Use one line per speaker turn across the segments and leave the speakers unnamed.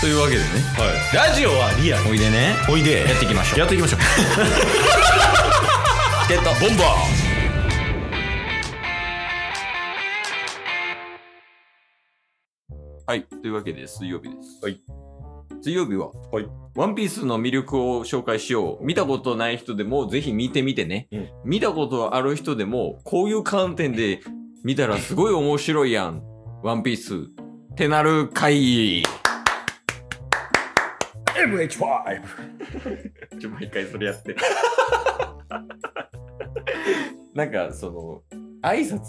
というわけでね
ラジオはリアル
おいでね
おいで
やっていきましょう
やっていき ましょう
チケットボンバーはい。というわけで、水曜日です。
はい。
水曜日は、
はい。
ワンピースの魅力を紹介しよう。見たことない人でも、ぜひ見てみてね。
うん
見たことある人でも、こういう観点で見たらすごい面白いやん。ワンピース。ってなる回。
MH5
ちょ、毎回それやって。なんか、その、挨拶、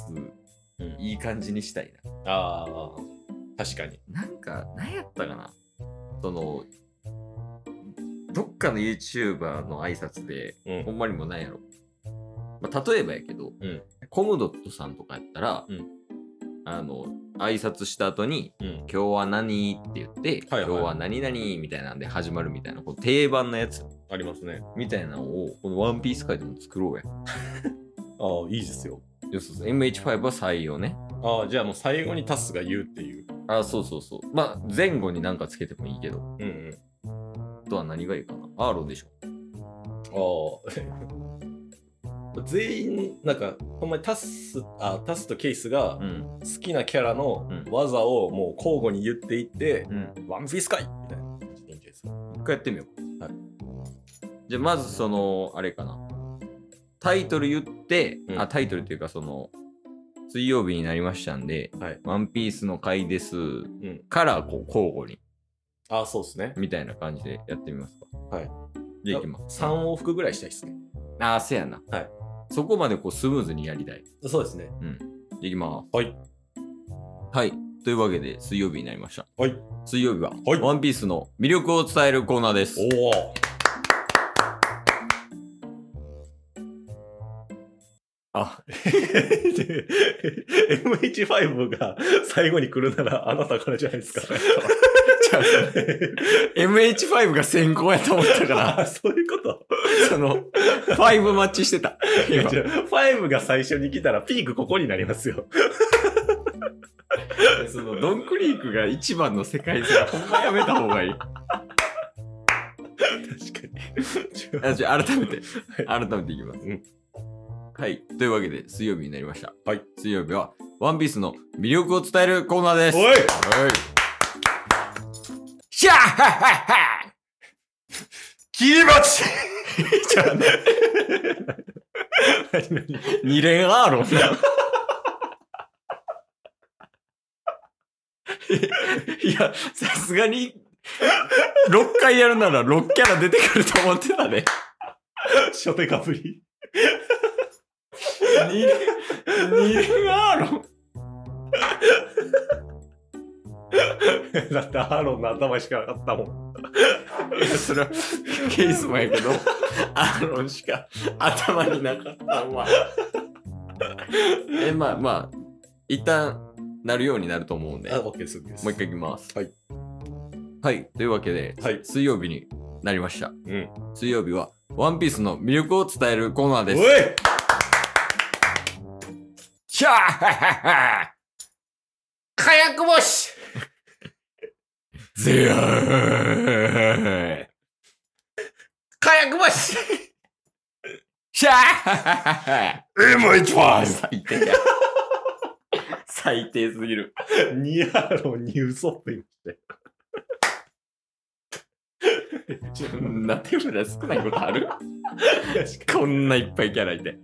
うん
いい感じにしたい
ああ確かに
な。なんか、何やったかなその、どっかの YouTuber の挨拶で、
うん
ほんまにもうなんやろ。まあ、例えばやけど、
うん
コムドットさんとかやったら、
うん
あの、挨拶した後に、
うん
今日は何って言って、
はいはい
今日は何々みたいなんで始まるみたいな、こう定番のやつ
ありますね
みたいなのを、このワンピース界でも作ろうや。
ああいいですよ
よそうそう MH5 は採用ね。
ああじゃあもう最後にタスが言うっていう
あ、そうそうそう。まあ、前後に何かつけてもいいけど。
うんうん
あとは何がいいかな。アーロンでしょ。
ああ 全員なんかほんまにタスあタスとケイスが
うん。
好きなキャラの
うん
技をもう交互に言っていって、
うん。
ワンピースかいみたいな感じでいいんじゃないですか
一回やってみよう。
はい。
じゃあ、まずその、あれかな。タイトル言って、
うん
あ、タイトルっていうかその、水曜日になりましたんで、
はい
ワンピースの回です。
ん
から、こう、交互に、
ああそうですね
みたいな感じでやってみますか。
はい。
じゃあ、いきます。
3往復ぐらいしたいですね
ああ、せやな。
はい。
そこまでこう、スムーズにやりたい。
そうですね
うん。じゃあ、いきます。
はい
はい。というわけで、水曜日になりました。
はい
水曜日は、
はい
ワンピースの魅力を伝えるコーナーです。
おお
あ、
MH5 が最後に来るならあなたからじゃないです か。
MH5 が先行やと思った から、
あそういうこと
その、5マッチしてた。
いや
今
じゃあ ?5 が最初に来たらピークここになりますよ。
その、ドンクリークが一番の世界線、ほんまやめた方がいい。
確か
あじゃあ改めて、
は
改めていきます。
うん
はい。というわけで、水曜日になりました。
はい。
水曜日は、ワンピースの魅力を伝えるコーナーです。
おい
はい。シャッハッハッハ
切り待 ちじゃあね。何 何
二連アーロンいや、さすがに、6回やるなら6キャラ出てくると思ってたね。
初手かぶり。
二連、二連アーロン
だってアーロンの頭しかなかったもん。
いや、それはケースもやけど、アーロンしか頭になかったわ。え、まあまあ、一旦なるようになると思うんで、
あ、
も
OK です。もう
う一。回いきます。
はい。
はい、というわけで、
はい。
水曜日になりました。
うん。
水曜日は、ワンピースの魅力を伝えるコーナー
お
で
い
す。シャーハッハッハ
火薬星
ーゼヤー
火薬星
シャーハッハッハ
MH5!
最低や。最低すぎる。
ニアロンに嘘って言 って。
こんな手札少ないことある
確
こんないっぱいキャラいて。
か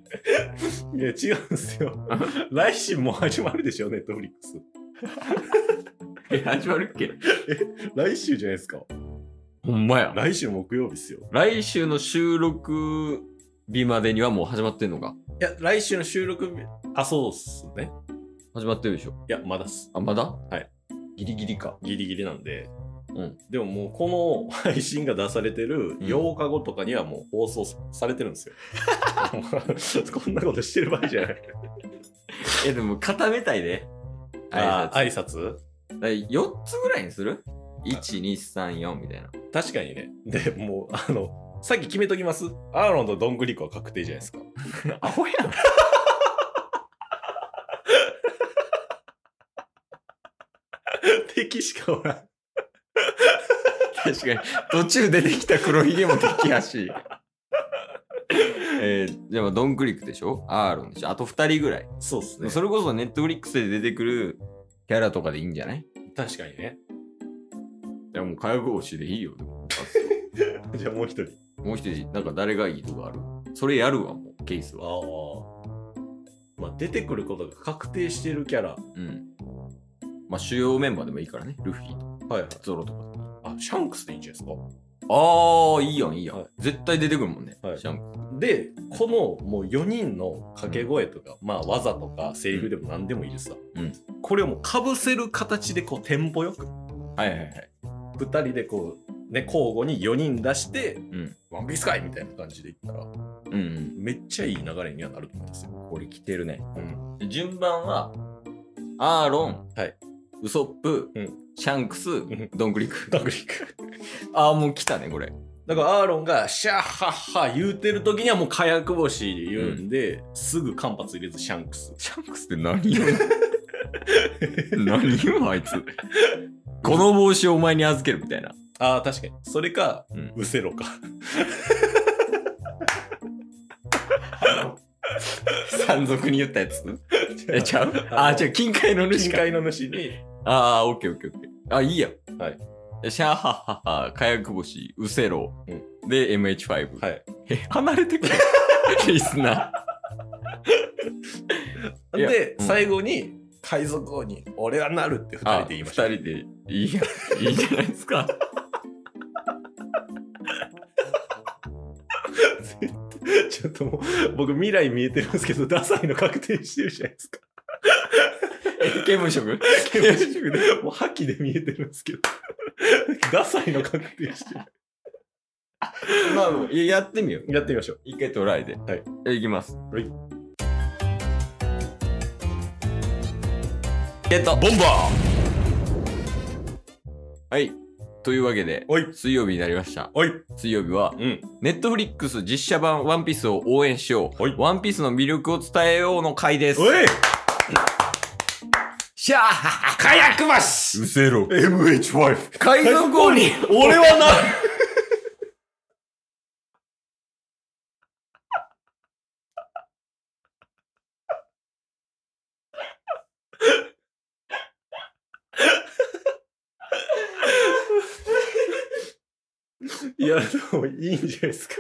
に。いや、違うんです よ。来週もう始まるでしょ、ネットフリックス。
え、始まるっけ
来週じゃないですか。
ほんまや。
来週木曜日ですよ。
来週の収録日までにはもう始まってんのか
いや、来週の収録日、あ、そうっすね。
始まってるでしょ。
いや、まだっす。
あ、まだ
はい。
ギリギリか。
ギリギリなんで。
うん。
でももうこの配信が出されてる8日後とかにはもう放送されてるんです よ。こんなことしてる場合じゃない。
え、でも固めたいで。
あ
あ
挨拶
4つぐらいにする ?1234 みたいな。
確かにね。で、もう、あの、さっき決めときます。アーロンとドングリコは確定じゃないですか。
アホやん。
敵しかおらん。
確かに。途中出てきた黒ひげも敵やし。 えー、でもドンクリックでしょアーロンでしょあと2人ぐらい。
そうですね。
それこそネットフリックスで出てくるキャラとかでいいんじゃない
確かにね。
いやもう火薬推しでいいよ。でも
じゃあもう一人。
もう一人、なんか誰がいいとかあるそれやるわ、もうケースは。
ああ。まあ、出てくることが確定してるキャラ。は
うん。まあ主要メンバーでもいいからね。ルフィとか
いはい。
ゾロとか。
あ、シャンクスでいいんじゃないですか。
ああ、いいやん、いいやん、
はい
絶対出てくるもんね。
はい
シャンク
で、このもう4人の掛け声とか、まあ技とかセリフでも何でもいいですさ。
うん
これをもうかぶせる形でこうテンポよく、
はいはいはい。
2人でこう、ね、交互に4人出して、
うん。
ワンピースかいみたいな感じでいったら、
うん、うん。
めっちゃいい流れにはなると思いますよ。
これ来てるね。
うん。
で順番は、アーロン、
はい
ウソップ、
うん
シャンクス、
ん
ドンクリック。
ダグリック。
ああ、もう来たね、これ。
だからアーロンがシャッハッハ言うてる時にはもう火薬星で言うんで、すぐ間髪入れずシャンクス。
シャンクスって何よ何よ、あいつ。この帽子をお前に預けるみたいな。
ああ、確かに。それか、
うん
うせろか。
山賊に言ったやつえ、ちゃうあ
あ
あ、じゃ近海の主
深
か。
海の主に、
ああ、オッケーオッケーオッケー。あ、いいや。
はい。
シャーハッハッハ、火薬星、ウセロ、
う
で、MH5。
はい。
え、離れて くれ。リスナいや
で、
うん
最後に、海賊王に、俺はなるって
ー。
二人で言いました。
あ二人で。いいや、いいじゃないですか。
ちょっともう、僕未来見えてるんですけど、ダサいの確定してるじゃないですか。
え刑務職
もう覇気で見えてるんですけど。ダサいの確定してる。
まあ まあ、いややってみよう。
やってみましょう。
一回トライで。
はい。
えいきます。
はい。
ゲット
ボンバ
はい。というわけで
ー、おい
水曜日になりました。
おい
水曜日は、
うん。
ネットフリックス実写版ワンピースを応援しよう。
はい
ワンピースの魅力を伝えようの回です。
おい
シャーハハ火薬マシ
うせろ !MH5!
海賊王に
俺はなるいや、でもいいんじゃないですか。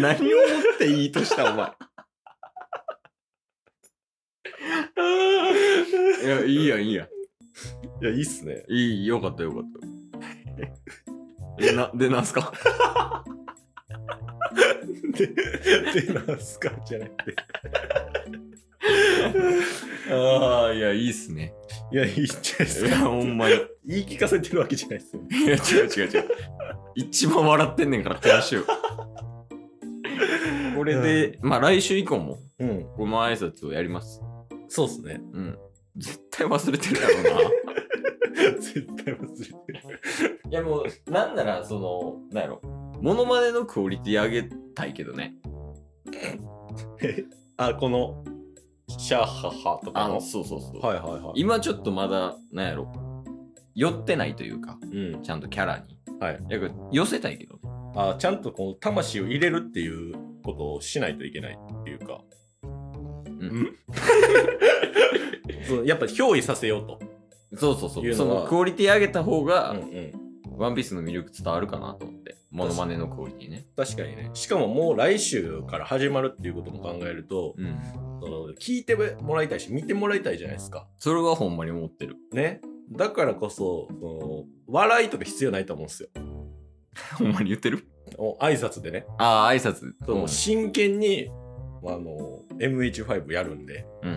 何をもっていいとしたお前。いや、いいやん、いいやん。
いや、いいっすね。
いい、よかったよかった。で、な、で、なんすか
で、でなんすかじゃなくて。
あ あ、いや、いいっすね。
いや、いいんじゃないです
いや、
か。
ほん まに。い
言い聞かせてるわけじゃないですよね。
や、違う違う違う。一番笑ってんねんから、今週。これで、まあ来週以降も、
うん。
この挨拶をやります。
そうっすね。
うん。絶対忘れてるやろ うな。
絶対忘れてる。
いやもう、なんなら、その、なんやろ。モノマネのクオリティ上げたいけどね。
あ、この、シャッハッハとか
あ
の。
の、そうそうそう。
はいはいはい。
今ちょっとまだ、なんやろ。寄ってないというか、
うん。
ちゃんとキャラに。
はい。
やっぱ寄せたいけどね。
あ、ちゃんとこの魂を入れるっていうことをしないといけないっていうか。
ん
そうやっぱ憑依させようと。
そうそうそ。
いうう
そ
のは
のクオリティ上げた方が、
うん。
ワンピースの魅力伝わるかなと思って。モノマネのクオリティね。
確かにね。しかももう来週から始まるっていうことも考えると、
うん。
その聞いてもらいたいし、見てもらいたいじゃないですか。
それはほんまに思ってる。
ね。だからこそ、その笑いとか必要ないと思うんですよ。
ほんまに言ってる
お挨拶でね。
ああ、挨拶。
その真剣に、あの、MH5 やるんで、
うん。う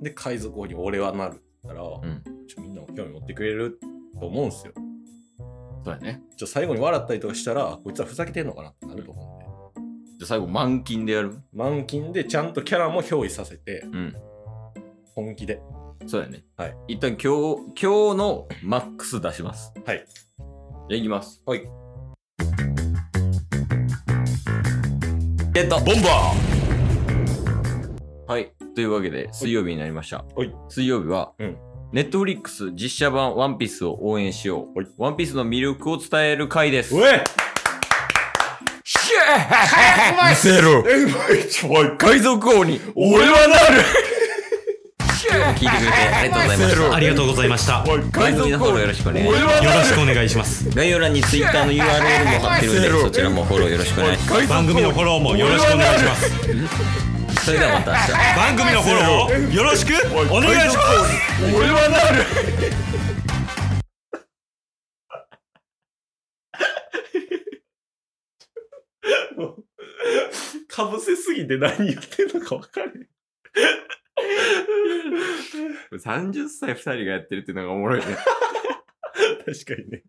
ん。
で、海賊王に俺はなるって言ったら、
ん
ちょみんなも興味持ってくれると思うんですよ。
そうやね。
ちょ最後に笑ったりとかしたら、こいつらふざけてんのかなってなると思うんで。
じゃあ最後、満金でやる
満勤でちゃんとキャラも憑依させて、
うん。
本気で。
そうやね。
はい。
一旦今日、今日のマックス出します。
はい。
じゃあいきます。
はい。
ゲット
ボンバ
はい。というわけで、水曜日になりました。
はい。
水曜日は、
うん
ネットフリックス実写版ワンピースを応援しよう。
はい
ワンピースの魅力を伝える回です。
うえ
シェー見せろ
えうまいちょおい
海賊王に
俺はなる
聞いてくれてありがとうございました。
ありがとうございました。よ
おい
番
海
組のフォローよろ
賊
しくお願いし
俺
ます。
はな
ろ
る
しくお願いします。
概要欄に Twitter の URL も貼ってるんで、そちらもフォローよろしくお願いしま
海賊王
番組のフォローもよろしくお願いします。
す。それではまた明日。
番組のフォローをよろしくお願いします。
俺はなるかぶせすぎて何言ってんのか分かれ へん
30歳2人がやってるっていうのがおもろいね。
確かにね